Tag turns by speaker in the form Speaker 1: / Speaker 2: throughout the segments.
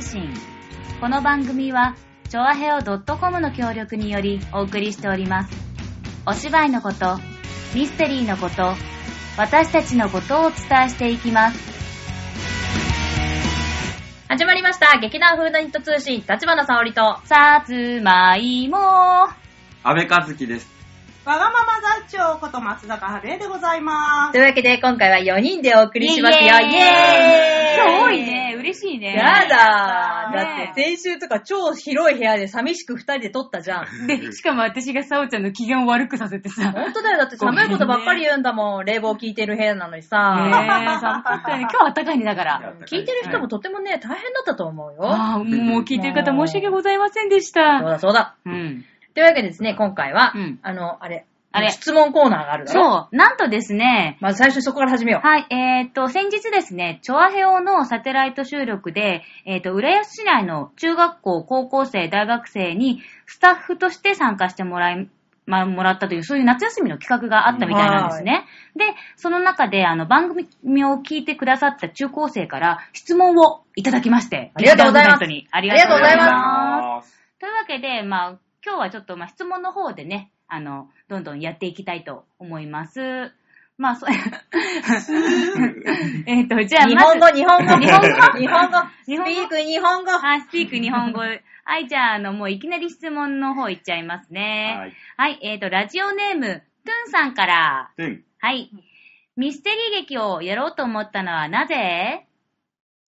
Speaker 1: 信。この番組は、ちょあへお .com の協力によりお送りしております。お芝居のこと、ミステリーのこと、私たちのことをお伝えしていきます。
Speaker 2: 始まりました。劇団風のヒット通信、立花沙織と。
Speaker 1: さつまいも
Speaker 3: 安倍和樹です。
Speaker 4: わがまま座長こと松坂春江でございま
Speaker 2: と
Speaker 4: す。
Speaker 2: いうわけで、今回は4人でお送りしますよ。イ
Speaker 1: イ
Speaker 2: エーイ
Speaker 1: 今日多いね。嬉しいね。
Speaker 2: やだー。だ
Speaker 1: ね
Speaker 2: って先週とか超広い部屋で寂しく2人で撮ったじゃん。
Speaker 1: で、しかも私がさおちゃんの機嫌を悪くさせてさ。ね
Speaker 2: 本当だよ。だって寒いことばっかり言うんだもん。冷房効いてる部屋なのに
Speaker 1: え、
Speaker 2: さ。
Speaker 1: 寒かったよね。今日は暖かいね、だから。
Speaker 2: 聞いてる人もとてもね、大変だったと思うよ。
Speaker 1: ああ、もう聞いてる方申し訳ございませんでした
Speaker 2: そう。だそうだ。
Speaker 1: うん。
Speaker 2: というわけでですね、今回は、
Speaker 1: うん
Speaker 2: あの、あれ、
Speaker 1: あれ
Speaker 2: 質問コーナーがあるだろ。
Speaker 1: そう、なんとですね、
Speaker 2: まず最初にそこから始めよう。
Speaker 1: はい、えー、っと、先日ですね、チョアヘオのサテライト収録で、えー、っと、浦安市内の中学校、高校生、大学生にスタッフとして参加してもらい、まもらったという、そういう夏休みの企画があったみたいなんですね。で、その中で、あの、番組を聞いてくださった中高生から質問をいただきまして、
Speaker 2: ありがとうございます
Speaker 1: 劇団のイベントにあり
Speaker 2: ありがとうござい
Speaker 1: ます。
Speaker 3: す。
Speaker 1: というわけで、まあ、今日はちょっと、まあ、質問の方でね、あの、どんどんやっていきたいと思います。ま あ、そう、えっと、じゃあ、
Speaker 2: 日
Speaker 1: ま
Speaker 2: 本
Speaker 1: ず
Speaker 2: 語、、日本語。
Speaker 1: 日本語日
Speaker 2: 日本語。日
Speaker 1: 本語
Speaker 2: 本語。日本語。
Speaker 1: はい、スピーク日本語。 はい、じゃあ、あの、もういきなり質問の方いっちゃいます
Speaker 3: は
Speaker 1: ね。
Speaker 3: い。
Speaker 1: はい、えっと、ラジオネーム、トゥンさんから。
Speaker 3: うん。
Speaker 1: はい。ミステリー劇をやろうと思ったのはなぜ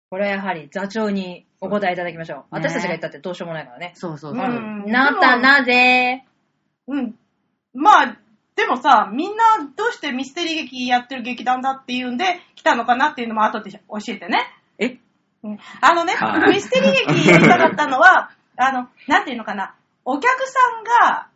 Speaker 2: これはやはり座長にお答えいただきましょう。
Speaker 1: そう
Speaker 2: 私たちが言ったってどうしようもないからね。
Speaker 1: そうそうう。
Speaker 4: ん
Speaker 2: なた。なぜ
Speaker 4: でもうん。まあ、でもさ、みんなどうしてミステリー劇やってる劇団だっていうんで来たのかなっていうのも後で教えてね。
Speaker 2: え
Speaker 4: うんあのね
Speaker 3: は、い
Speaker 4: ミステリー劇やりたかったのは、 あの、なんていうのかな、お客さんが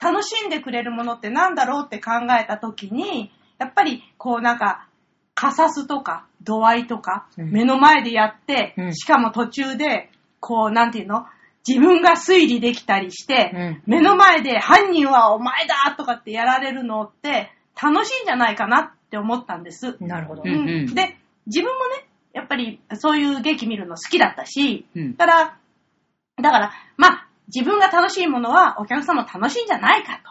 Speaker 4: 楽しんでくれるものってなんだろうって考えたときに、やっぱりこうなんか、カサスとか、度合いとか、
Speaker 2: うん
Speaker 4: 目の前でやって、
Speaker 2: うん
Speaker 4: しかも途中で、こうなんていうの自分が推理できたりして、
Speaker 2: うん
Speaker 4: 目の前で犯人はお前だとかってやられるのって楽しいんじゃないかなって思ったんです。
Speaker 2: なるほど。
Speaker 1: うんうん
Speaker 4: で、自分もね、やっぱりそういう劇見るの好きだったし、
Speaker 1: うん
Speaker 4: だから、だから、まあ、自分が楽しいものはお客さんも楽しいんじゃないかと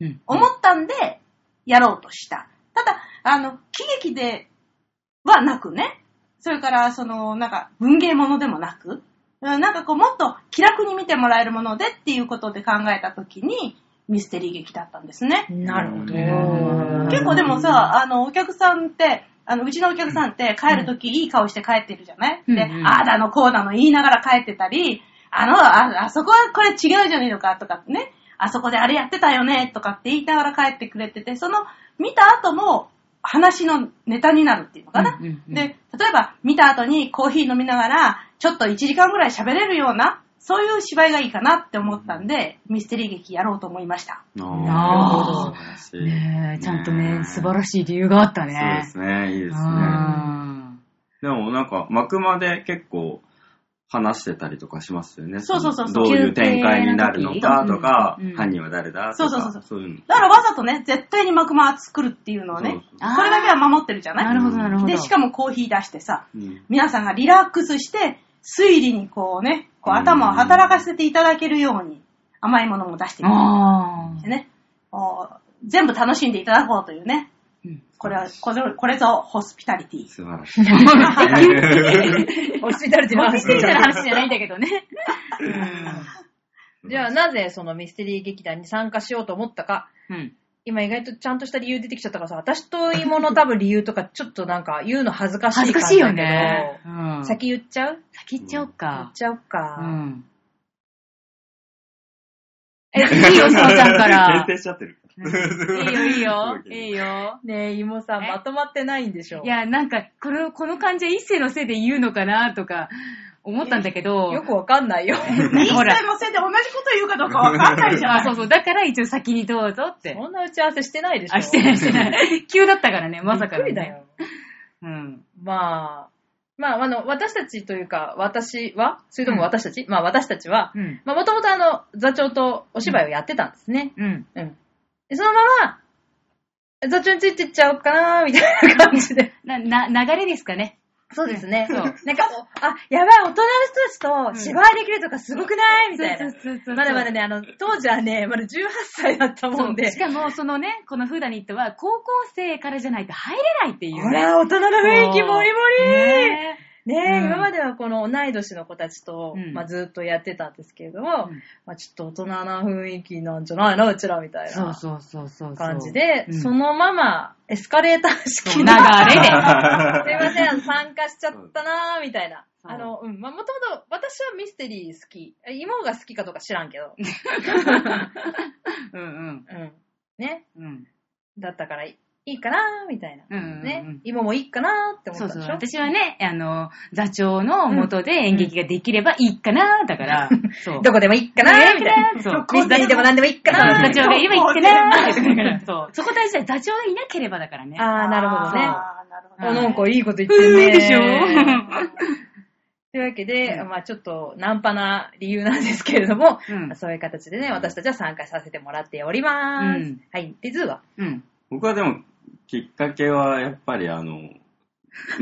Speaker 1: うん。
Speaker 4: 思ったんで、やろうとした。ただ、あの、喜劇ではなくね、それから、その、なんか、文芸ものでもなく、うんなんかこう、もっと気楽に見てもらえるものでっていうことで考えたときに、ミステリー劇だったんですね。
Speaker 2: なるほど。
Speaker 1: うん
Speaker 4: 結構でもさ、あの、お客さんって、あの、うちのお客さんって帰るときいい顔して帰ってるじゃない、
Speaker 1: うん
Speaker 4: で、
Speaker 1: うん
Speaker 4: ああだのこうだの言いながら帰ってたり、あの、あ、あそこはこれ違うじゃないのかとかね、あそこであれやってたよねとかって言いながら帰ってくれてて、その、見た後も話のネタになるっていうのかな、
Speaker 1: うんうんうん
Speaker 4: で、例えば見た後にコーヒー飲みながら、ちょっと1時間ぐらい喋れるような、そういう芝居がいいかなって思ったんで、ミステリー劇やろうと思いました。
Speaker 1: なるほど
Speaker 3: 素晴らしい
Speaker 1: ねえ、ちゃんとね、素晴
Speaker 3: し
Speaker 1: らしい理由があった
Speaker 3: い
Speaker 1: ね。
Speaker 3: そうですね。いいですね。
Speaker 1: あ
Speaker 3: でもなんか、幕まで結構話してたりとかしますよね。
Speaker 4: そうそうそうそう
Speaker 3: どういう展開になるのかとか
Speaker 1: うんうん、
Speaker 3: 犯人は誰だと
Speaker 4: そうそうそうそ
Speaker 3: か、
Speaker 4: う
Speaker 3: そういうの。
Speaker 4: だからわざとね、絶対にマクマは作るっていうのをね、
Speaker 3: そう
Speaker 1: あー
Speaker 4: これだけは守ってるじゃ
Speaker 1: ーな
Speaker 4: ない
Speaker 1: るほど、なるほど。
Speaker 4: で、しかもコーヒー出してさ、
Speaker 3: うん
Speaker 4: 皆さんがリラックスして、推理にこうね、こう頭を働かせていただけるように、甘いものも出してみた
Speaker 1: あ
Speaker 4: りしてね、お全部楽しんでいただこうというね、これは、これこれぞホスピタリティ。
Speaker 3: 素晴らしい。
Speaker 2: おしだれて
Speaker 1: あ。
Speaker 2: ま
Speaker 1: 落
Speaker 2: す
Speaker 1: ち。てきたら話じゃないんだけど ね。
Speaker 2: じゃあなぜそのミステリー劇団に参加しようと思ったか。
Speaker 1: うん。
Speaker 2: 今意外とちゃんとした理由出てきちゃったからさ、私と芋の多分理由とかちょっとなんか言うの恥ずかしい
Speaker 1: 恥ず
Speaker 2: 感
Speaker 1: かしい
Speaker 2: じだ
Speaker 1: よ
Speaker 2: けど。
Speaker 1: ね。うん先
Speaker 2: 先言っちゃう
Speaker 1: 行っちゃおう
Speaker 2: 言っ
Speaker 1: か。
Speaker 2: ちゃう
Speaker 1: う
Speaker 2: か。
Speaker 1: ん。え、いいよ、さおちゃん から。
Speaker 3: 限定しちゃってる。
Speaker 1: いいよ、いいよ。いいよ。
Speaker 2: ねえ、芋さん
Speaker 1: え
Speaker 2: まとまってないんでしょ
Speaker 1: いや、なんか、これを、この感じは一世のせいで言うのかな、とか、思ったんだけど。
Speaker 2: よくわかんないよ。
Speaker 4: 一
Speaker 1: ほら
Speaker 4: 切もせんで同じこと言うかどうかわかん ないじゃ
Speaker 1: あ、
Speaker 4: ん。
Speaker 1: そうそう。だから一応先にどうぞって。
Speaker 2: そんな打ち合わせしてないでしょ。
Speaker 1: あ、してない、してない。急だったからね、まさかの
Speaker 2: び
Speaker 1: ね
Speaker 2: っくりだよ。
Speaker 1: うん。
Speaker 2: まあ、まあ、あの、私たちというか、私は、それとも私たち、まあ私たちは、
Speaker 1: うん。
Speaker 2: まあもともとあの、座長とお芝居をやってたんですね。
Speaker 1: うん。
Speaker 2: うん。でそのまま、座長についてっちゃおうかなみたいな感じで。
Speaker 1: な、な、流れですかね。
Speaker 2: そうですね。
Speaker 5: そう
Speaker 2: なんか、あ、やばい、大人の人たちと芝居できるとかすごくないみたいな。まだまだね、あの、当時はね、まだ18歳だったもん
Speaker 1: そう
Speaker 2: で
Speaker 1: し。かも、そのね、このフーダニットは、高校生からじゃないと入れないっていう
Speaker 2: ほ
Speaker 1: ね。
Speaker 2: ら、大人の雰囲気もりもりね
Speaker 1: ね
Speaker 2: え、
Speaker 1: うん
Speaker 2: 今まではこの同い年の子たちと、
Speaker 1: うん
Speaker 2: まあずっとやってたんですけれども、
Speaker 1: うん
Speaker 2: まあちょっと大人な雰囲気なんじゃないのうちらみたい
Speaker 1: そう
Speaker 2: な
Speaker 1: そうそうそうそう。
Speaker 2: 感じで、
Speaker 1: うん
Speaker 2: そのままエスカレーター
Speaker 1: そう
Speaker 2: 式
Speaker 1: 流
Speaker 2: の、
Speaker 1: れで。
Speaker 2: すいませんあの、参加しちゃったなーみたいな。
Speaker 1: そう
Speaker 2: あの、うん、まあもともと私はミステリー好き。え妹が好きかどうか知らんけど、
Speaker 1: うん
Speaker 2: うん。ね、
Speaker 1: うん。うん。
Speaker 2: だったからいいいかなーみたいな。
Speaker 1: うんうんうん
Speaker 2: ね、妹もいいかなーって思
Speaker 1: そ
Speaker 2: っ
Speaker 1: う
Speaker 2: た
Speaker 1: そ
Speaker 2: で
Speaker 1: う。
Speaker 2: しょ
Speaker 1: 私はね、あの、座長の元で演劇ができればいいかな、だから、そう。
Speaker 2: どこでもいいかなーみたいな。
Speaker 1: そう。
Speaker 2: ミステリーでも何でもいいかなーみたい
Speaker 1: 座長
Speaker 2: な
Speaker 1: がいればいいかな、だから、そう。そこ大事だよ。座長がいなければだからね。
Speaker 2: ああ、なるほどね。
Speaker 4: あーなるほ
Speaker 1: は
Speaker 2: あ
Speaker 1: い
Speaker 2: なんかいいこと言 ってるね。
Speaker 1: うんでしょ
Speaker 2: というわけで、
Speaker 1: うん
Speaker 2: まあちょっとナンパな理由なんですけれども、
Speaker 1: うん
Speaker 2: そういう形でね、私たちは参加させてもらっております。
Speaker 1: うん
Speaker 2: はい。で、ズーは
Speaker 1: うん。
Speaker 3: 僕はでも、きっかけは、やっぱりあの、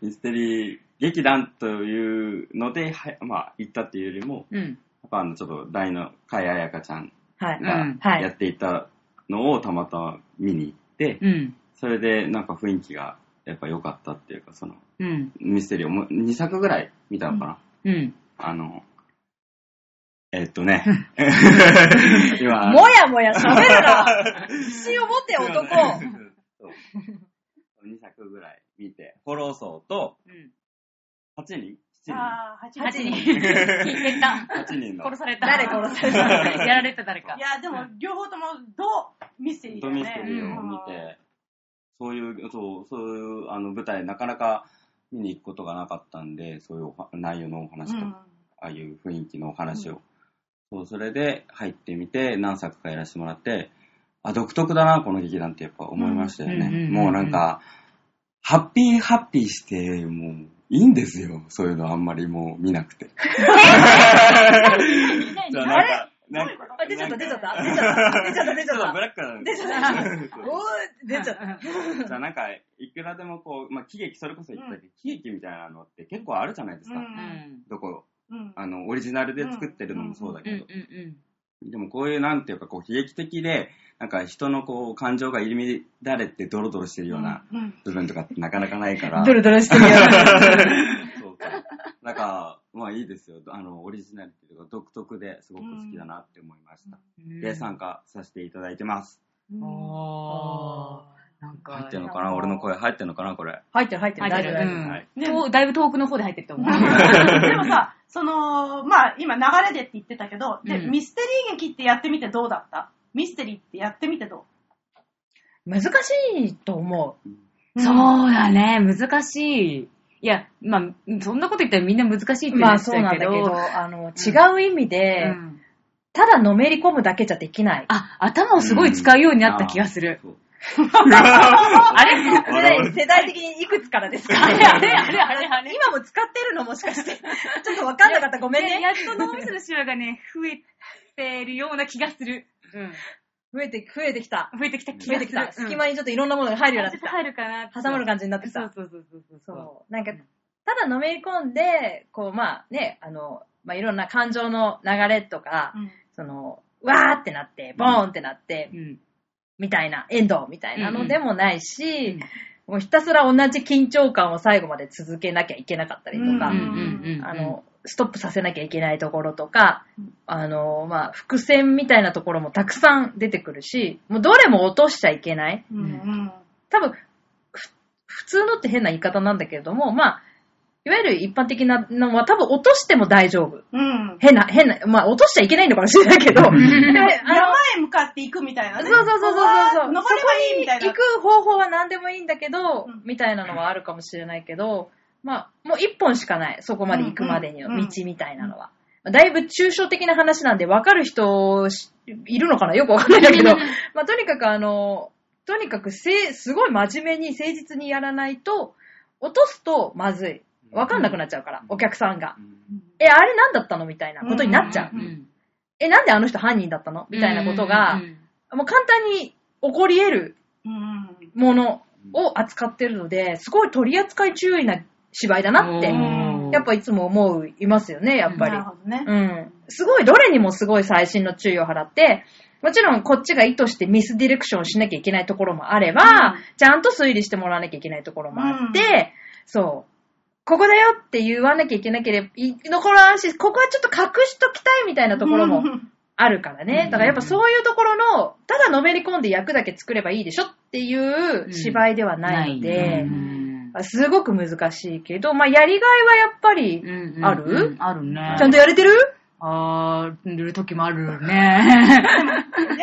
Speaker 3: ミステリー劇団というので、はまあ、行ったっていうよりも、
Speaker 1: うん。
Speaker 3: やっぱあの、ちょっと大の甲斐彩香ちゃん
Speaker 2: はい。
Speaker 1: う
Speaker 3: が
Speaker 1: ん
Speaker 2: はい
Speaker 3: やっていたのをたまたま見に行って、
Speaker 1: うん。
Speaker 3: それでなんか雰囲気がやっぱ良かったっていうか、その、
Speaker 1: うん。
Speaker 3: ミステリーをもう2作ぐらい見たのかな、
Speaker 1: うん。
Speaker 3: あの、えっと ね、今、
Speaker 2: もやもや喋る な自信を持って男
Speaker 3: そう2作ぐらい見て、フォロー層と
Speaker 1: うん。
Speaker 3: 8人
Speaker 4: ど。ああ、8
Speaker 1: 8人。
Speaker 4: 人。
Speaker 1: 聞い てた。
Speaker 3: ?7 人 ?8 人の
Speaker 1: 殺された。
Speaker 2: 誰殺され
Speaker 1: やられた誰か
Speaker 4: い。や、でも、両方とも、どうミステリーだ
Speaker 3: ド
Speaker 4: よね。
Speaker 3: ミステリーを見
Speaker 4: うん
Speaker 3: て、そういう、そう、そういうあの舞台なかなか見に行くことがなかったんで、そういうおは内容のお話とか、ああいう雰囲気のお話を。そう、それで入ってみて、何作かやらせてもらって、あ、独特だな、この劇団ってやっぱ思いましたよ
Speaker 1: うんうんうんう
Speaker 3: ね。
Speaker 1: ん
Speaker 3: もうなんか、ハッピーハッピーして、もう、いいんですよ。そういうのあんまりもう見な くて。じゃあなんか、なんか、
Speaker 2: あ、出ちゃった、出ちゃった。出ちゃった、出ちゃった、出ち
Speaker 3: ちょっと
Speaker 2: ゃった
Speaker 3: ブ。ラックなん
Speaker 2: 出
Speaker 3: で
Speaker 2: ち
Speaker 3: す
Speaker 2: ゃった。
Speaker 3: そう
Speaker 2: おー、出ちゃった。
Speaker 3: じゃあなんか、いくらでもこう、まあ、喜劇、それこそ言ったけど、喜劇みたいなのって結構あるじゃないですか。
Speaker 1: うん。
Speaker 3: どこ、
Speaker 4: うん。
Speaker 3: あの、オリジナルで作ってるのもそうだ
Speaker 1: う
Speaker 3: け
Speaker 1: ん
Speaker 3: ど。
Speaker 1: うん
Speaker 3: でもこういう、なんていうか、こう、悲劇的で、なんか人のこう、感情が入り乱れてドロドロしてるような
Speaker 4: うん
Speaker 3: 部分とかってなかなかないから。
Speaker 2: ドロドロしてるよ。
Speaker 3: そうか。なんか、まあいいですよ。あの、オリジナリティとか独特ですごく好きだなって思いました。
Speaker 1: うん。
Speaker 3: で、参加させていただいてます。
Speaker 4: うん
Speaker 1: おー。なんか。
Speaker 3: 入ってるのかな俺の声入ってるのかなこれ。
Speaker 2: 入ってる、入ってる、
Speaker 1: 入っ
Speaker 2: 大
Speaker 1: て
Speaker 2: 丈
Speaker 1: るう
Speaker 2: 夫、大
Speaker 1: ん
Speaker 2: 丈夫。
Speaker 3: はい
Speaker 1: 遠だいぶ遠くの方で入ってると思う。
Speaker 4: でもさ、その、まあ、今流れでって言ってたけど、で、
Speaker 1: うん
Speaker 4: ミステリー劇ってやってみてどうだったミステリーってやってみてど
Speaker 2: 難しいと思
Speaker 4: う
Speaker 1: そう
Speaker 4: うん。
Speaker 1: だね、難しい。いや、まあ、そんなこと言ったらみんな難しいっ
Speaker 2: う。
Speaker 1: て
Speaker 2: ま
Speaker 1: 言っ
Speaker 2: あ
Speaker 1: ち
Speaker 2: そう
Speaker 1: ゃ
Speaker 2: な
Speaker 1: うんけ
Speaker 2: だ
Speaker 1: ど。
Speaker 2: けど、あの、違う意味で、
Speaker 1: うん
Speaker 2: ただのめり込むだけじゃできない。
Speaker 1: あ、頭をすごい使うようになった気がする。
Speaker 3: そう
Speaker 2: あれ
Speaker 3: 笑う
Speaker 2: 世代的にいくつから ですか
Speaker 1: あれあれあれあれあれ
Speaker 2: 今も使ってるのもしかして。 ちょっとわかんなかった。ごめん
Speaker 1: ね
Speaker 2: ね。
Speaker 1: やっと脳みそのシワがね、増えてるような気がする。
Speaker 2: 増えて、増えてきた。
Speaker 1: 増えてきた気
Speaker 2: 増え
Speaker 1: が
Speaker 2: て
Speaker 1: す
Speaker 2: き
Speaker 1: る
Speaker 2: た。。隙間にちょっといろんなものが入るようになってき
Speaker 1: に
Speaker 2: た。
Speaker 1: 入るかな。
Speaker 2: 挟まる感じになってきた。
Speaker 1: そうそうそうそうそう。
Speaker 2: そう。なんか、ただのめり込んで、こう、まあね、あの、まあいろんな感情の流れとか、その、わーってなって、ボーンってなって、
Speaker 1: うん。
Speaker 2: みたいな、エンドみたいなのでもないし、
Speaker 1: うん
Speaker 2: もうひたすら同じ緊張感を最後まで続けなきゃいけなかったりとか、
Speaker 4: うん
Speaker 2: あ、の、ストップさせなきゃいけないところとか、あの、まあ、伏線みたいなところもたくさん出てくるし、もうどれも落としちゃいけない。
Speaker 4: うんうん
Speaker 2: 多分、ふ普通のって変な言い方なんだけれども、まあ、いわゆる一般的なのは多分落としても大丈夫。
Speaker 4: うん。
Speaker 2: 変な、変な、まあ落としちゃいけないのかもしれないけ ど、であの
Speaker 4: 山へ向かっていくみたいな
Speaker 2: そう
Speaker 4: ね。
Speaker 2: そうそうそうそうそう。
Speaker 4: 登ればいいみたいな。
Speaker 2: そこに行く方法は何でもいいんだけど、
Speaker 4: うん
Speaker 2: みたいなのはあるかもしれないけど、まあ、もう一本しかない。そこまで行くまでの
Speaker 4: うんうん
Speaker 2: 道みたいなのは。だいぶ抽象的な話なんで、わかる人し、いるのかなよくわかんないんだけど、 まあ、とにかくあの、とにかくせい、すごい真面目に誠実にやらないと、落とすとまずい。わかんなくなっちゃうから、
Speaker 3: うん
Speaker 2: お客さんが。
Speaker 3: うん
Speaker 2: え、あれ何だったのみたいなことになっちゃう。
Speaker 4: うん
Speaker 2: え、なんであの人犯人だったのみたいなことが、もう簡単に起こり得る
Speaker 4: うん
Speaker 2: ものを扱ってるので、すごい取り扱い注意な芝居だなって、
Speaker 4: ん
Speaker 2: やっぱいつも思う、いますよね、やっぱ
Speaker 4: な
Speaker 2: り
Speaker 4: る。ほどね。
Speaker 2: うん。すごい、どれにもすごい細心の注意を払って、もちろんこっちが意図してミスディレクションしなきゃいけないところもあれば、
Speaker 4: うん
Speaker 2: ちゃんと推理してもらわなきゃいけないところもあって、そう。ここだよって言わなきゃいけなければいいところはあるし、ここはちょっと隠しときたいみたいなところも
Speaker 4: うん
Speaker 2: あるからね。
Speaker 3: うん
Speaker 2: だからやっぱそういうところの、ただのめり込んで役だけ作ればいいでしょっていう芝居ではないの
Speaker 1: ない
Speaker 2: で
Speaker 1: う、ん
Speaker 2: すごく難しいけど、まあやりがいはやっぱり、
Speaker 1: うんうん
Speaker 2: ある
Speaker 1: うんあるね。
Speaker 2: ちゃんとやれてる
Speaker 1: あー、る時もあるね。
Speaker 4: や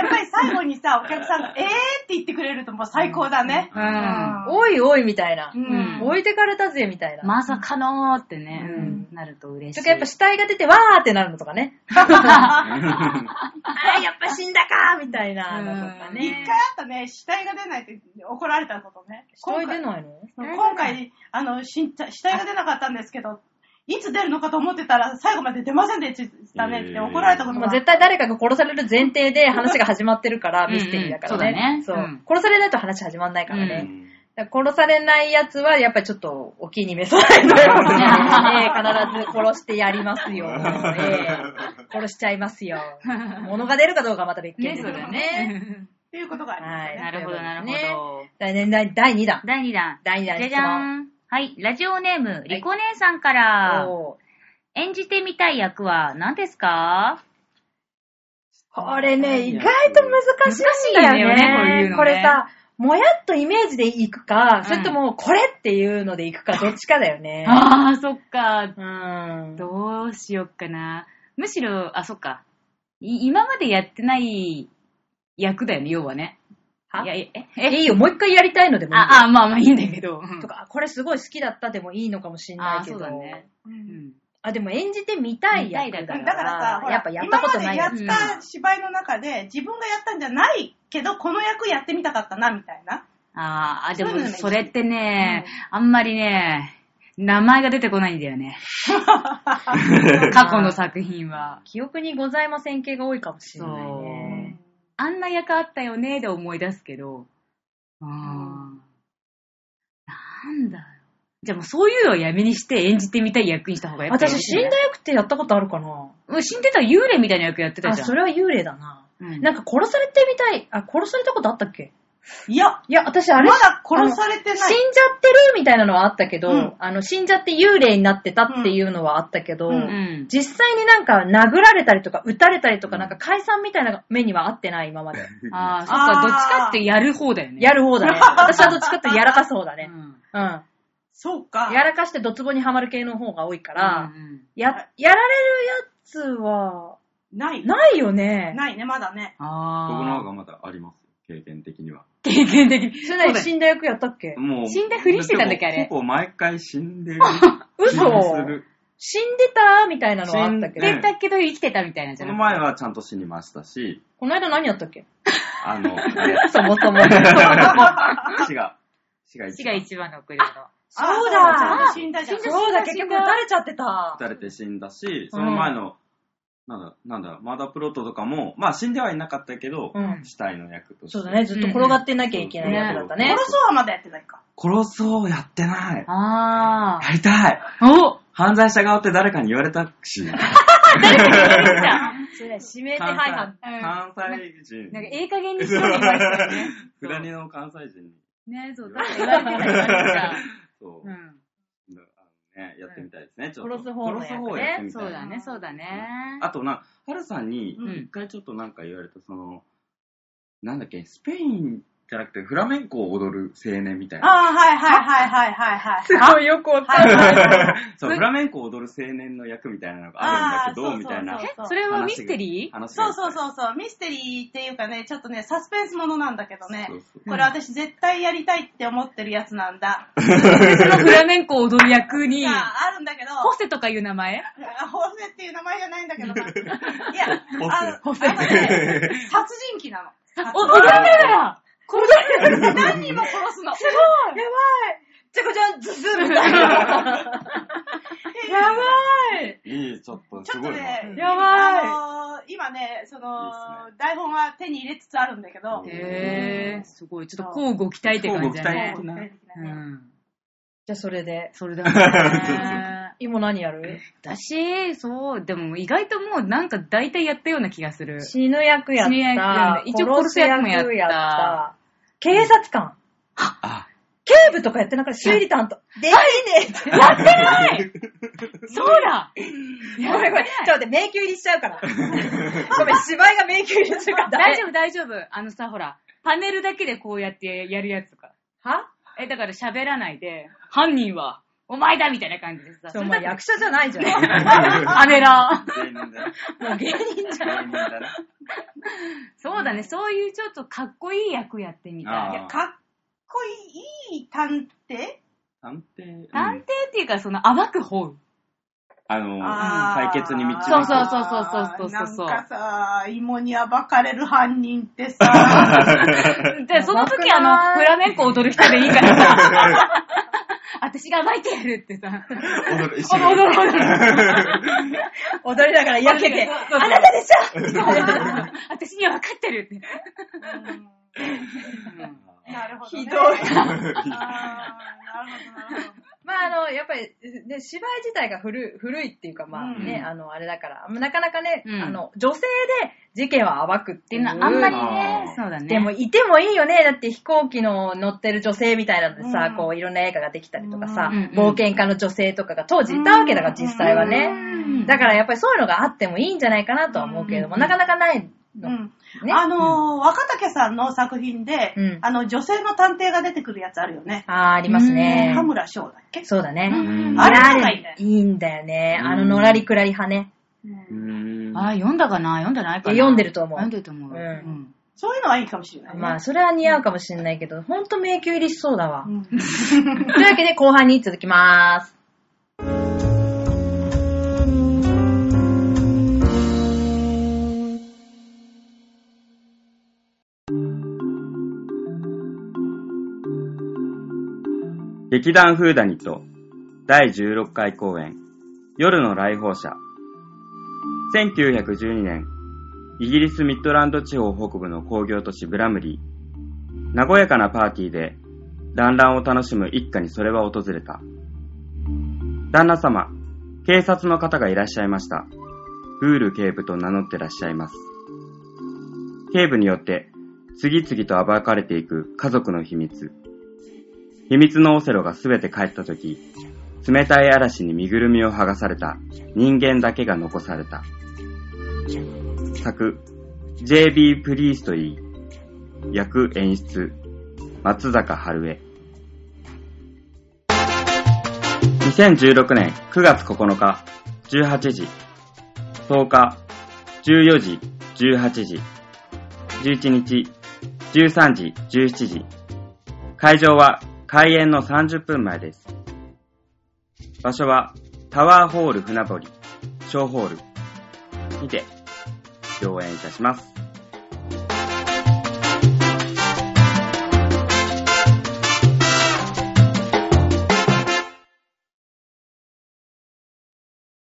Speaker 4: っぱり最後にさ、お客さんが、えーって言ってくれるともう最高だね。
Speaker 1: うん。
Speaker 2: おいおいみたいな。
Speaker 4: うん
Speaker 2: 置いてかれたぜみたいな。
Speaker 1: まさかのーってね、う
Speaker 2: う
Speaker 1: んなると嬉し
Speaker 2: と
Speaker 1: い。
Speaker 2: かやっぱ死体が出てわーってなるのとかね。あーやっぱ死んだかーみたいなのとか
Speaker 4: 一
Speaker 2: ね
Speaker 4: 回。あったね、死体が出ないって怒られたことね。
Speaker 2: 死体出ないの
Speaker 4: 今回、あの、死ん死体が出なかったんですけど、いつ出るのかと思ってたら、最後まで出ませんでしたねって怒られたこと
Speaker 2: ま
Speaker 4: が
Speaker 2: あ絶対誰かが殺される前提で話が始まってるから、ミステリーだからね。
Speaker 1: うんうんそうだね
Speaker 2: 殺されないと話始まんないから
Speaker 1: う
Speaker 2: ね。
Speaker 3: ん
Speaker 2: だから殺されないやつは、やっぱりちょっと、お気に召さないということで、ええ必ず殺してやりま すよ。ええ殺しちゃいますよ。物が出るかどうかはまた別件ですよね。
Speaker 4: っていうことがありましたね。
Speaker 2: はい
Speaker 1: なるほど、なるほ
Speaker 2: ね
Speaker 1: ど。
Speaker 2: 第年代第2弾。
Speaker 1: 第2弾。
Speaker 2: 第2弾
Speaker 1: じ
Speaker 2: で
Speaker 1: ゃ
Speaker 2: す
Speaker 1: じゃん。はい、ラジオネーム、リコ姉さんから、
Speaker 2: おー
Speaker 1: 演じてみたい役は何ですか
Speaker 2: これね、意外と難しいんだよ
Speaker 1: 難しい
Speaker 2: ね。
Speaker 1: よねこういうのね
Speaker 2: これさ、もやっとイメージでいくか、
Speaker 1: ん
Speaker 2: それともこれっていうのでいくか、どっちかだよね。
Speaker 1: あー、そっか。
Speaker 2: うん。
Speaker 1: どうしよっかな。むしろ、あ、そっか。い今までやってない役だよね、要はね。
Speaker 2: はい
Speaker 1: や、え、え
Speaker 2: いいよ、もう一回やりたいのでもいいよ。
Speaker 1: あ、あ、まあまあいいんだけど。うん
Speaker 2: とか、あこれすごい好きだったでもいいのかもしん
Speaker 1: あ
Speaker 2: ない
Speaker 1: ー、
Speaker 2: け
Speaker 1: そ
Speaker 2: ど。
Speaker 1: うだね。
Speaker 4: う
Speaker 1: うんん。
Speaker 2: あ、でも演じてみたい役だか
Speaker 1: 見
Speaker 2: ら。
Speaker 1: たい
Speaker 4: だからさ、ほら
Speaker 2: やっぱやったことない
Speaker 4: 今
Speaker 2: や
Speaker 4: ま
Speaker 2: つ。
Speaker 4: でやった芝居の中で、自分がやったんじゃないけど、この役やってみたかったな、みたいな。
Speaker 1: あーあ、で
Speaker 4: そういう
Speaker 1: も
Speaker 4: のね
Speaker 1: それってね、あんまりね、名前が出てこないんだよ ね。過去の作品は。
Speaker 2: 記憶にございません系が多いかもし
Speaker 1: そ
Speaker 2: んないね。
Speaker 1: う。あんな役あったよね、で思い出すけど。あーなんだよ。じゃあもうそういうのはやめにして演じてみたい役にした方がやっぱ
Speaker 2: 私、死んだ役ってやったことあるかな
Speaker 1: うん死んでた幽霊みたいな役やってた
Speaker 2: あ、
Speaker 1: じゃん。
Speaker 2: それは幽霊だな。
Speaker 1: うん
Speaker 2: なんか殺されてみたい。あ、殺されたことあったっけ
Speaker 4: いや、
Speaker 2: いや、私あ
Speaker 4: ま
Speaker 2: れ、
Speaker 4: だ殺され
Speaker 2: 死
Speaker 4: て
Speaker 2: ん
Speaker 4: な
Speaker 2: じゃ
Speaker 4: い。
Speaker 2: ってるみたいなのはあったけど、
Speaker 4: うん
Speaker 2: あの、死んじゃって幽霊になってたっていうのはあったけど、
Speaker 4: うんう
Speaker 1: うん。
Speaker 2: 実際になんか殴られたりとか撃たれたりとかなんか解散みたいな目にはあってない今まで。
Speaker 1: ああ、そっか、どっちかってやる方だよね。
Speaker 2: やる方 だね。私はどっちかってやらかす方だ
Speaker 1: う
Speaker 2: ね。
Speaker 1: ん
Speaker 2: うん。
Speaker 4: そうか。
Speaker 2: やらかしてドツボにはまる系の方が多いから、
Speaker 1: うんうん
Speaker 2: や、やられるやつは、
Speaker 4: ない。
Speaker 2: ないよね。
Speaker 4: ないね、まだね。
Speaker 1: あ
Speaker 3: 僕の方
Speaker 1: あ。
Speaker 3: がまだありますよ経験的には。
Speaker 1: 経験的に。
Speaker 2: それなり死んだ役やったっけ
Speaker 3: もう
Speaker 1: 死んだふりしてたんだっけあれ
Speaker 3: 結構毎回死ん でる。
Speaker 2: 嘘
Speaker 3: 気がする
Speaker 2: 死んでたみたいなのはあったけど
Speaker 3: 死ん。
Speaker 1: 出たけど生きてたみたいなんじ
Speaker 3: そ
Speaker 1: ゃ
Speaker 3: の
Speaker 1: なくて
Speaker 3: 前はちゃんと死にましたし、
Speaker 2: この間何やったっけ
Speaker 3: あの、あ れ
Speaker 2: そもそも。
Speaker 3: 死が、死が
Speaker 1: 死
Speaker 3: 一
Speaker 1: が
Speaker 3: 番
Speaker 1: 一番の送り物。
Speaker 2: そう
Speaker 4: あ
Speaker 2: だ
Speaker 4: 死んだじゃん。
Speaker 2: そうだ、結局撃たれちゃってた
Speaker 3: 撃。たれて死んだし、その前の、なんだ、なんだ、マダプロットとかも、まあ死んではいなかったけど、
Speaker 2: うん
Speaker 3: 死体の役として。
Speaker 2: そうだね、ずっと転がってなきゃいけない役だったね
Speaker 3: う。
Speaker 4: 殺そうはまだやってないか。
Speaker 3: 殺そうやってない。
Speaker 1: あ
Speaker 3: やりたい
Speaker 1: あ。お
Speaker 3: 犯罪者側って誰かに言われたし。
Speaker 2: それ指名手
Speaker 3: 関
Speaker 2: 配犯。
Speaker 3: 西関西人。
Speaker 1: なんか、ええ加減にしろって言われてたよね。
Speaker 3: フラニの関西人に。
Speaker 1: ね、そう、だって言われてたから
Speaker 3: そう。
Speaker 1: うん。
Speaker 3: あのね、やってみたいですね、ちょっと。
Speaker 2: 殺す方の役
Speaker 3: 殺す方
Speaker 2: ね
Speaker 3: やってみたい。
Speaker 1: そうだね、そうだね。
Speaker 3: あとな、ハルさんに
Speaker 1: う、ん
Speaker 3: 一回ちょっとなんか言われた、その、なんだっけ、スペインじゃなくてフラメンコを踊る青年みたいな。
Speaker 4: ああ、はいはいはいはいはいはい。
Speaker 2: すごい よくわかる。
Speaker 3: そう、フラメンコを踊る青年の役みたいなのがあるんだけど、みたいな
Speaker 4: あーそうそうそう
Speaker 1: それはミステリー
Speaker 3: 話が
Speaker 4: そうそうそうそう、ミステリーっていうかね、ちょっとね、サスペンスものなんだけどね
Speaker 3: そうそう、
Speaker 4: これ私絶対やりたいって思ってるやつなんだ。
Speaker 1: そのフラメンコを踊る役に
Speaker 4: が、あるんだけど、
Speaker 1: ホセとかいう名前
Speaker 4: あホセっていう名前じゃないんだけどな。いや、
Speaker 3: ホセ
Speaker 4: あの、あのね、殺人鬼なの。
Speaker 1: お、踊れるやこれだよ
Speaker 4: 何人も殺すの。 す
Speaker 2: やばいじゃこちゃん、ズズみたいな。やばい
Speaker 3: いい、ちょっと、
Speaker 4: ち
Speaker 3: す
Speaker 4: ょっと
Speaker 3: ごいな。
Speaker 4: ね、
Speaker 2: やばい
Speaker 4: あのー、い今ね、そ
Speaker 3: いい
Speaker 4: の、台本は手に入れつつあるんだけど、
Speaker 6: へー、すごい。ちょっと交互期待って感じだね
Speaker 3: 交互。期待
Speaker 6: う
Speaker 4: ね
Speaker 6: ん。
Speaker 2: じゃあそれで。
Speaker 6: それだね。
Speaker 2: えー今何やる
Speaker 1: 私、 そう、でも意外ともうなんか大体やったような気がする。
Speaker 2: 死ぬ役やっ
Speaker 1: 死ぬ役や
Speaker 2: た
Speaker 1: った。一応殺す役もやった
Speaker 2: 殺す役警察官。
Speaker 3: あ、
Speaker 2: 警部とかやってなかった。修理担当。で きねえって。
Speaker 1: やってないそう だ
Speaker 2: ごめんごめん。ちょっと待って、迷宮入りしちゃ うから。ごめん、芝居が迷宮入りするからダメ。
Speaker 1: 大丈夫大丈夫。あのさ、ほら、パネルだけでこうやってやるやつとか。
Speaker 2: は
Speaker 1: え、だから喋らないで、犯人は、お前だみたいな感じでさ。
Speaker 2: そう、お
Speaker 1: れ
Speaker 2: 前
Speaker 1: だ
Speaker 2: 役者じゃないじゃん。
Speaker 1: パネラー。
Speaker 3: 芸人だね。
Speaker 2: もう芸人じゃん。
Speaker 3: 芸人だね。
Speaker 1: そうだね、そういうちょっとかっこいい役やってみた
Speaker 3: あ
Speaker 1: い。
Speaker 3: ー
Speaker 4: いやかっこいい探偵
Speaker 3: 探偵。
Speaker 1: 探偵っていうか、その暴く方。
Speaker 3: あの、
Speaker 4: あー
Speaker 3: 解決に導く。
Speaker 1: そうそうそうそうそうそうそう
Speaker 4: なんかさ、芋に暴かれる犯人ってさ、
Speaker 1: で、その時あの、フラメンコ踊る人でいいからさ。私が暴いてやるってさ。
Speaker 3: 踊る一緒に
Speaker 1: 踊る踊る。
Speaker 2: 踊りながらやけて。
Speaker 1: そうそう
Speaker 2: あなたでしょみたいな
Speaker 1: 私には分かってるって。
Speaker 4: なるほど、ね。
Speaker 2: ひどい。
Speaker 4: あーなるほど、なるほど。
Speaker 2: まああの、やっぱり、ね、芝居自体が古い古いっていうか、まあね、
Speaker 1: うん
Speaker 2: あの、あれだから、なかなかね、
Speaker 1: うん
Speaker 2: あの、女性で事件は暴くっ
Speaker 1: ってて
Speaker 2: い。
Speaker 1: いううのはあんまり
Speaker 3: あ
Speaker 1: ね
Speaker 3: ー、
Speaker 1: そうだね。
Speaker 2: でも、いてもいいよね。だって飛行機の乗ってる女性みたいなのでさ、
Speaker 4: うん
Speaker 2: こう、いろんな映画ができたりとかさ、
Speaker 1: うん
Speaker 2: 冒険家の女性とかが当時いたわけだから、実際はね。
Speaker 4: うん
Speaker 2: だからやっぱりそういうのがあってもいいんじゃないかなとは思うけれども、
Speaker 1: うん
Speaker 2: なかなかないの。
Speaker 4: うん
Speaker 2: ね
Speaker 4: あのー、若竹さんの作品で、
Speaker 2: うん
Speaker 4: あの、女性の探偵が出てくるやつあるよね。
Speaker 2: あー、ありますね
Speaker 4: 田。村翔だっけ
Speaker 2: そうだね。
Speaker 3: うん
Speaker 4: あれ
Speaker 2: あ
Speaker 4: とかい
Speaker 2: れ
Speaker 4: いね、
Speaker 2: いいんだよね。
Speaker 3: うん
Speaker 2: あの、のらりくらり派ね。
Speaker 3: う
Speaker 4: うん
Speaker 3: ん
Speaker 1: あー、読んだかな読んでないかな
Speaker 2: 読んでると思う
Speaker 1: 読んでると思う。
Speaker 2: うん
Speaker 1: うん
Speaker 4: そういうのはいいかもしれないね。
Speaker 2: まあ、それは似合うかもしれないけど、ほんと迷宮入りしそうだわ
Speaker 4: う。ん
Speaker 2: というわけで、後半に続きまーす。
Speaker 3: 劇団フーダニと第16回公演夜の来訪者1912年イギリスミッドランド地方北部の工業都市ブラムリー和やかなパーティーで団らんを楽しむ一家にそれは訪れた旦那様警察の方がいらっしゃいましたブール警部と名乗ってらっしゃいます警部によって次々と暴かれていく家族の秘密秘密のオセロがすべて帰った時、冷たい嵐に身ぐるみを剥がされた人間だけが残された。作、J.B. プリーストリー。役演出、松坂春江。2016年9月9日、18時、10日、14時、18時、11日、13時、17時、会場は開演の30分前です。場所はタワーホール船堀、小ホールにて上演いたします。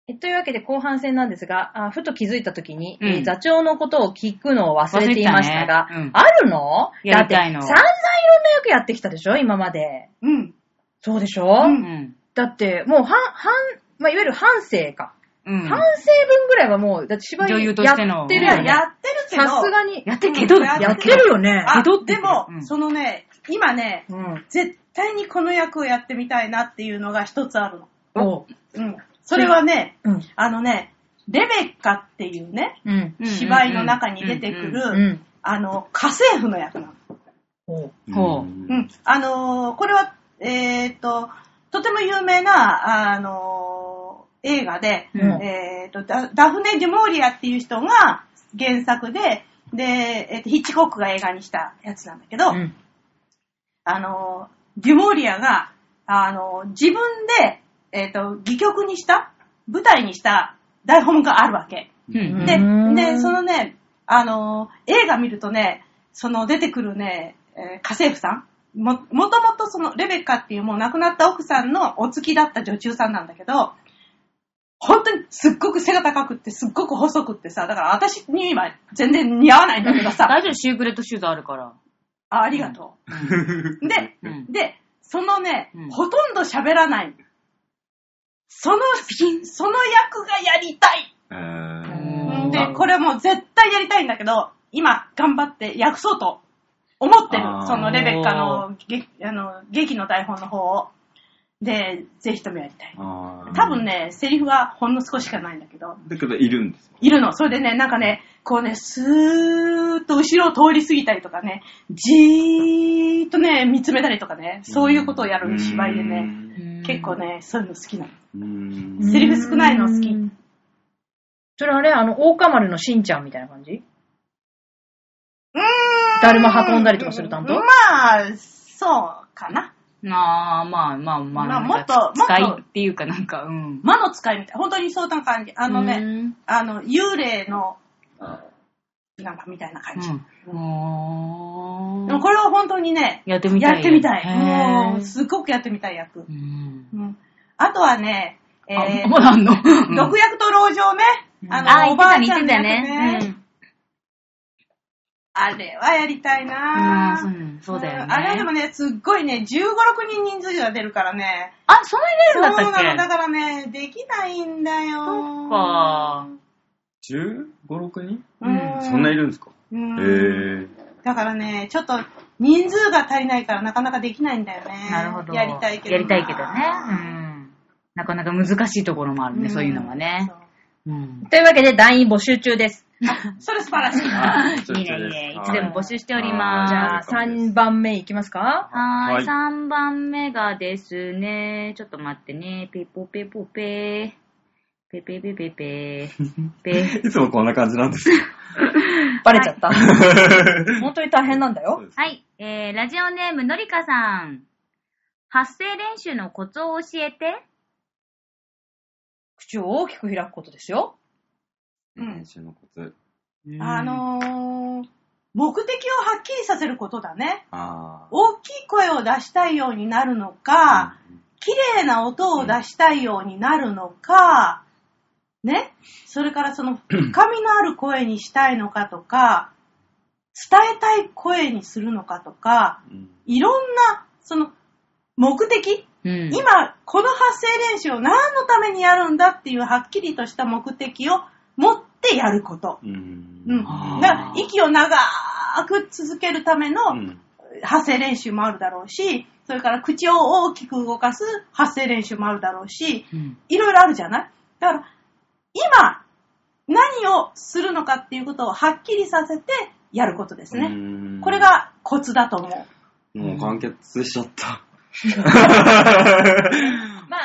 Speaker 2: えというわけで後半戦なんですが、あふと気づいた時に、
Speaker 1: うん
Speaker 2: えー座長のことを聞くのを忘れていました
Speaker 1: 忘れ
Speaker 2: が、
Speaker 1: てたねうん
Speaker 2: あるの
Speaker 1: やりた
Speaker 2: だって
Speaker 1: いの
Speaker 2: 散々いろんな役やってきたでしょ今まで。
Speaker 4: うん。
Speaker 2: そうでしょ、
Speaker 1: うんん。
Speaker 2: だって、もう半、半、まあ、いわゆる半生か。
Speaker 1: うん。
Speaker 2: 半生分ぐらいはもう、だって芝居
Speaker 1: 女優としての
Speaker 2: やって
Speaker 4: い
Speaker 2: るよ
Speaker 4: や、
Speaker 2: ね。
Speaker 4: やってるけど、
Speaker 2: さすがに。
Speaker 1: やってけど、
Speaker 4: や
Speaker 2: やってるよね。
Speaker 4: あ、
Speaker 1: けどって
Speaker 4: でも、
Speaker 1: うん
Speaker 4: そのね、今ね、
Speaker 2: うん。
Speaker 4: 絶対にこの役をやってみたいなっていうのが一つあるの。
Speaker 2: お
Speaker 4: うん。それはね、
Speaker 2: うん。
Speaker 4: あのね、レベッカっていうね、
Speaker 2: うん。
Speaker 1: うん
Speaker 4: 芝居の中に出てくる、
Speaker 2: うん。
Speaker 4: あの、家政婦の役なの。
Speaker 2: お
Speaker 1: ほう
Speaker 4: うん。あのーこれは、えーっと、とても有名な、あのー映画で、
Speaker 1: うん
Speaker 2: うん
Speaker 4: えーっとダ、ダフネ・デュモーリアっていう人が原作で、で、えーっとヒッチコックが映画にしたやつなんだけど、
Speaker 2: うん
Speaker 4: あのーデュモーリアが、あのー自分で、えーっと、戯曲にした、舞台にした台本があるわけ。
Speaker 1: うんうん
Speaker 4: で
Speaker 2: うん、
Speaker 4: で、そのね、あのー映画見るとね、その出てくるね、えー家政婦さん、も、もともとそのレベッカっていうもう亡くなった奥さんのお付きだった女中さんなんだけど、本当にすっごく背が高くって、すっごく細くってさ、だから私に今全然似合わないんだけどさ、
Speaker 1: 大丈夫、シークレットシューズあるから。
Speaker 4: あありがとう。で、
Speaker 1: うん。
Speaker 4: で、そのね、
Speaker 1: うん
Speaker 4: ほとんど喋らない。その、その役がやりたい
Speaker 3: え
Speaker 1: うん
Speaker 4: で、これもう絶対やりたいんだけど、今頑張って訳そうと思ってる
Speaker 3: あー。
Speaker 4: そのレベッカの劇あの劇の台本の方を。で、ぜひともやりたい。多分
Speaker 3: ね。
Speaker 4: ね、セリフはほんの少ししかないんだけど、
Speaker 3: だけど、いるんですよ。
Speaker 4: いるの。それでね、なんかね、こうね、スーッと後ろを通り過ぎたりとかね、じーっとね、見つめたりとかね、そういうことをやる芝居でね、結構ね、そういうの好きなの。
Speaker 3: うん。
Speaker 4: セリフ少ないの好き
Speaker 2: うん。それあれあの、大丸のしんちゃんみたいな感じだるま運んだりとかする担当
Speaker 4: まあ、そうかな。
Speaker 1: なあ、まあまあまあ。
Speaker 4: まあ
Speaker 1: なんか
Speaker 4: もっともっと
Speaker 1: 使いっていうかなんか、うん。
Speaker 4: 魔の使いみたい。本当にそうな感じ。あのね、
Speaker 1: ね。
Speaker 4: あの、幽霊の、なんかみたいな感じ。
Speaker 1: うん。おー
Speaker 4: でもこれを本当にね、
Speaker 1: やってみたい。
Speaker 4: やってみたい。
Speaker 1: へー
Speaker 4: もう、すっごくやってみたい役
Speaker 1: う。ん。
Speaker 4: うんあとはね、えー
Speaker 1: あ、まだあんのう ん
Speaker 4: 毒薬と老女ね。あの、
Speaker 1: あ、言
Speaker 4: お
Speaker 1: っ
Speaker 4: ばあ
Speaker 1: て
Speaker 4: ち
Speaker 1: た
Speaker 4: ゃん
Speaker 1: 言って
Speaker 4: のや
Speaker 1: たね。
Speaker 4: つ
Speaker 1: うん。
Speaker 4: あれはやりたい
Speaker 1: あ
Speaker 4: な
Speaker 1: あ、そうねそうだよね。
Speaker 4: んあれはでもね、すっごいね、15、6人人数が出るからね。
Speaker 1: あ、そんなに出るんだ
Speaker 4: そう
Speaker 1: った
Speaker 4: なの、だ
Speaker 1: っけ
Speaker 4: からね、できないんだよ。
Speaker 1: そっか。
Speaker 3: 15、6人
Speaker 4: うん。
Speaker 3: そんないるんですか
Speaker 4: うん
Speaker 3: へえ。
Speaker 4: だからね、ちょっと人数が足りないからなかなかできないんだよね。
Speaker 1: なるほど。
Speaker 4: やりたいけど。
Speaker 1: やりたいけどね。うん。なかなか難しいところもあるね、
Speaker 4: ん
Speaker 1: そういうのはね。うん。
Speaker 2: というわけで、団員募集中です。
Speaker 4: そうそれ素晴らしい。
Speaker 3: あ
Speaker 1: いいね、いいね。いつでも募集しております。じ
Speaker 2: じ
Speaker 1: ゃあ
Speaker 2: ゃあ、3番目いきますか
Speaker 1: は
Speaker 3: は
Speaker 1: ーい、
Speaker 3: い
Speaker 1: 3番目がですね、ちょっと待ってね、ペポペポペー、ペペペペペー、ペ
Speaker 3: いつもこんな感じなんですよ。
Speaker 2: バレちゃった。 本当に大変なんだよ。
Speaker 1: はい、えー、ラジオネームのりかさん。発声練習のコツを教えて。
Speaker 2: 口を大きく開くことですよ。
Speaker 4: うん
Speaker 3: 練習のコツ。
Speaker 4: あのー、目的をはっきりさせることだね。
Speaker 3: あー
Speaker 4: 大きい声を出したいようになるのか、綺麗な音を出したいようになるのか、ね、それから その深みのある声にしたいのかとか、伝えたい声にするのかとか、
Speaker 3: うん
Speaker 4: いろんな、その、目的、
Speaker 1: うん、
Speaker 4: 今、この発声練習を何のためにやるんだっていうはっきりとした目的を持ってやること。
Speaker 3: うん。
Speaker 4: うん。だ
Speaker 1: あー
Speaker 4: から、息を長く続けるための、
Speaker 3: うん
Speaker 4: 発声練習もあるだろうし、それから口を大きく動かす発声練習もあるだろうし、
Speaker 1: うん
Speaker 4: いろいろあるじゃないだから、今、何をするのかっていうことをはっきりさせてやることですね。
Speaker 3: うん
Speaker 4: これ、がコツだと思う。
Speaker 3: もう完結しちゃった。
Speaker 2: まあ、あ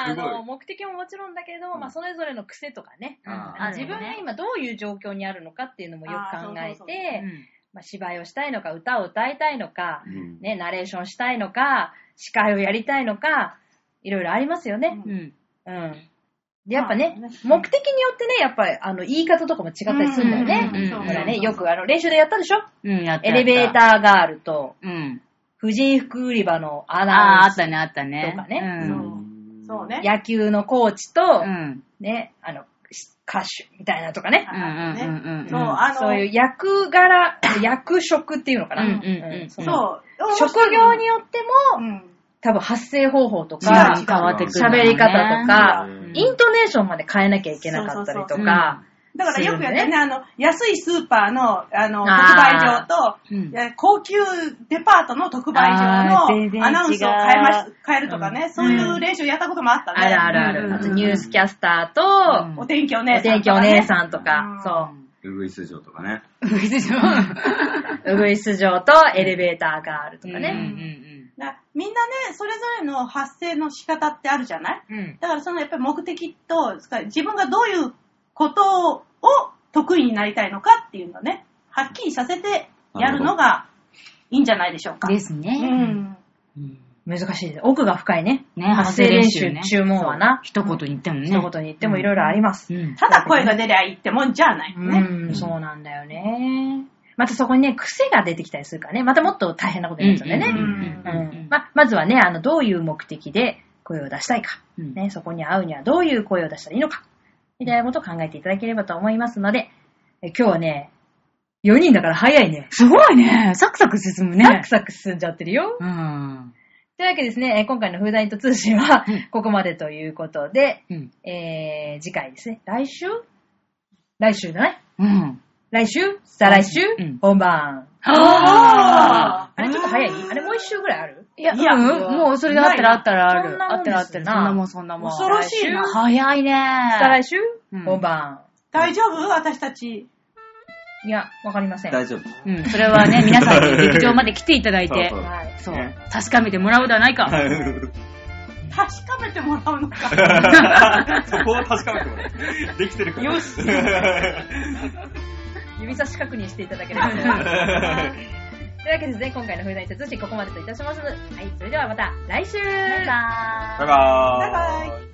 Speaker 3: すご
Speaker 2: の、
Speaker 3: い
Speaker 2: 目的ももちろんだけど、まあ、それぞれの癖とかね。
Speaker 1: あ
Speaker 2: あ
Speaker 1: ー
Speaker 2: 自分が今どういう状況にあるのかっていうのもよく考え
Speaker 4: あーそうそう
Speaker 2: て、
Speaker 1: うん
Speaker 2: まあ、芝居をしたいのか、歌を歌いたいのか、
Speaker 3: うん
Speaker 2: ね、ナレーションしたいのか、司会をやりたいのか、いろいろありますよね。
Speaker 1: うん
Speaker 2: うん。で、やっぱね、
Speaker 4: まあ
Speaker 2: 目的によってね、やっぱり、あの、言い方とかも違ったりするんだよね。
Speaker 1: うん
Speaker 2: ほ
Speaker 1: うん
Speaker 2: らね、よくあの、練習でやったでしょ
Speaker 1: うん、やった
Speaker 2: エレベーターガールと、
Speaker 1: ー。うん。
Speaker 2: 婦人服売り場のア
Speaker 1: ああ、
Speaker 2: ナ
Speaker 1: あ
Speaker 2: ウン
Speaker 1: っ
Speaker 2: ス、
Speaker 1: たね、あったね。
Speaker 2: とかね
Speaker 1: うん
Speaker 4: そうそうね。
Speaker 2: 野球のコーチと、
Speaker 1: うん。
Speaker 2: ね、あの、し歌手みたいなとかね。
Speaker 4: あ
Speaker 1: うんうんうんうん
Speaker 4: ねそう、あの、
Speaker 2: そういう役柄、役職っていうのかな。
Speaker 1: うんうんうん
Speaker 2: そ
Speaker 4: そ
Speaker 2: の
Speaker 4: う
Speaker 2: 職業によって
Speaker 4: う
Speaker 2: も、
Speaker 4: ん
Speaker 2: 多分発声方法と
Speaker 1: 違う
Speaker 2: か、
Speaker 1: 変わってくる、
Speaker 2: 喋り方とか、
Speaker 3: うん
Speaker 2: イントネーションまで変えなきゃいけなかったりとか、
Speaker 4: だからよくやって
Speaker 2: する
Speaker 4: ね、あの、安いスーパーの、あの、特売
Speaker 2: あー
Speaker 4: 場と、
Speaker 1: うん
Speaker 4: いや高級デパートの特売
Speaker 1: あ
Speaker 4: 場
Speaker 1: ー全然違
Speaker 4: の
Speaker 1: う
Speaker 4: アナウンスを変えまし変えるとかね、そういう練習やったこともあったね。
Speaker 2: あるあるあ
Speaker 4: うん
Speaker 2: る。あ
Speaker 4: うん
Speaker 2: とニュースキャスターと、
Speaker 1: うん
Speaker 4: お天気お
Speaker 2: お
Speaker 4: 姉さん、
Speaker 2: 天気お姉さんと
Speaker 4: うん
Speaker 2: か、
Speaker 3: ウグイス嬢とかね。
Speaker 1: ウグイス嬢
Speaker 2: そう。ウグイス嬢とエレベーターガールと
Speaker 1: と
Speaker 2: か
Speaker 1: かね。
Speaker 2: ね。
Speaker 4: ん。だみんなね、それぞれの発声の仕方ってあるじゃない
Speaker 2: うん。
Speaker 4: だからそのやっぱり目的と、つまり自分がどういうことを得意になりたいのかっていうのをね、はっきりさせてやるのがいいんじゃないでしょうか。
Speaker 1: です
Speaker 4: う
Speaker 1: ね。
Speaker 4: ん。
Speaker 1: うん
Speaker 2: 難しいね。奥が深いね。
Speaker 1: ね
Speaker 2: 発声練習
Speaker 1: ね
Speaker 2: 注文はな。
Speaker 1: 一言言ってもね。
Speaker 2: 一言に言ってもいろいろあります。
Speaker 1: うん。
Speaker 4: ただ声が出りゃいいってもんじゃない
Speaker 2: うん、
Speaker 4: ね。
Speaker 2: そうなんだよね。またそこにね、癖が出てきたりするからね。またもっと大変なことになっちゃうんだよね。
Speaker 1: う
Speaker 2: うん
Speaker 1: うんうん
Speaker 2: ん。ま、まずはね、あの、どういう目的で声を出したいか。
Speaker 1: うん
Speaker 2: ね、そこに会うにはどういう声を出したらいいのか。みたいなことを考えていただければと思いますので、え今日はね、4人だから早いね。
Speaker 1: すごいね。サクサク進むね。
Speaker 2: サクサク進んじゃってるよ。
Speaker 1: うん。
Speaker 2: というわけですね、えー今回のフーダイント通信は
Speaker 1: うん
Speaker 2: ここまでということで、
Speaker 1: うん。
Speaker 2: えー、次回ですね、来週来週だね。
Speaker 1: うん。
Speaker 2: 来週再来週、
Speaker 1: うん
Speaker 2: 本番。
Speaker 1: あ
Speaker 2: あれちょっと早いあれもう一週ぐらいある
Speaker 1: いや、
Speaker 4: いや
Speaker 1: うんもうそれがあったらあったらあ
Speaker 2: そん
Speaker 1: る。
Speaker 2: な
Speaker 1: あっ
Speaker 2: もんで
Speaker 1: た
Speaker 2: す
Speaker 1: ら
Speaker 2: な
Speaker 1: あったら、そんなもんそんなもん。
Speaker 4: 恐ろしいな。
Speaker 1: 早いね。
Speaker 2: 再来週、
Speaker 1: うん
Speaker 2: 本番。
Speaker 4: 大丈夫私たち。
Speaker 2: いや、わかりません。
Speaker 3: 大丈 夫。
Speaker 1: うん。それは ね、皆さんに劇場まで来ていただいて
Speaker 3: そう、そう
Speaker 2: はい。
Speaker 1: そう
Speaker 3: ね
Speaker 1: 確かめてもらうではないか。
Speaker 4: 確かめてもらうの か。
Speaker 3: そこは確かめてもらう。できてるから。 よし。
Speaker 2: 指差し確認していただければと思い ます。というわけでですね、今回のフーダイント通信ここまでといたします。はい、それではまた来週
Speaker 1: バイバーイ
Speaker 3: バイバーイ。
Speaker 4: バイバイ